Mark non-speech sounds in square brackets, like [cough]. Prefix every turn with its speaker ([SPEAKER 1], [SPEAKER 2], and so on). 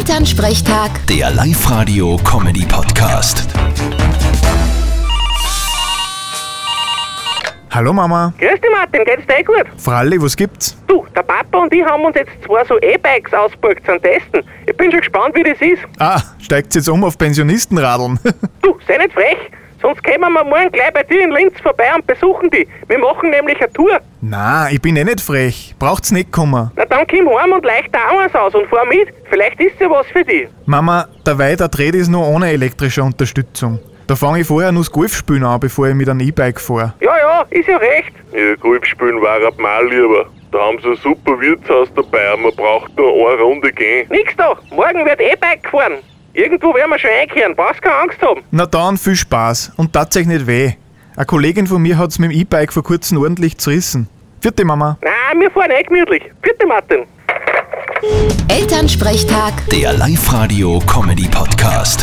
[SPEAKER 1] Elternsprechtag,
[SPEAKER 2] Der Live-Radio-Comedy-Podcast.
[SPEAKER 3] Hallo Mama,
[SPEAKER 4] Grüß dich Martin, geht's dir eh gut?
[SPEAKER 3] Fralli, was gibt's?
[SPEAKER 4] Du, der Papa und ich haben uns jetzt zwei so E-Bikes ausgeborgt zum Testen. Ich bin schon gespannt, wie das ist.
[SPEAKER 3] Ah, steigt's jetzt um auf Pensionistenradeln? [laughs]
[SPEAKER 4] Du, sei nicht frech, sonst kommen wir morgen gleich bei dir in Linz vorbei und besuchen die. Wir machen nämlich eine Tour.
[SPEAKER 3] Na, ich bin eh nicht frech. Braucht's nicht kommen.
[SPEAKER 4] Na dann komm heim und leicht da auch eins aus und fahr mit. Vielleicht ist ja was für dich.
[SPEAKER 3] Mama, der weiter dreht ist nur ohne elektrische Unterstützung. Da fange ich vorher nur das Golfspielen an, bevor ich mit einem E-Bike fahre.
[SPEAKER 4] Ja, ja, ist ja recht.
[SPEAKER 5] Ja, Golf spielen war ab mal lieber. Da haben sie ein super Wirtshaus dabei, man braucht nur eine Runde gehen.
[SPEAKER 4] Nix da, morgen wird E-Bike gefahren. Irgendwo werden wir schon einkehren, brauchst keine Angst haben.
[SPEAKER 3] Na dann, viel Spaß und tatsächlich nicht weh. Eine Kollegin von mir hat's mit dem E-Bike vor kurzem ordentlich zerrissen. Vierte Mama.
[SPEAKER 4] Nein, wir fahren eh gemütlich. Bitte Martin.
[SPEAKER 1] Elternsprechtag.
[SPEAKER 2] Der Live-Radio-Comedy-Podcast.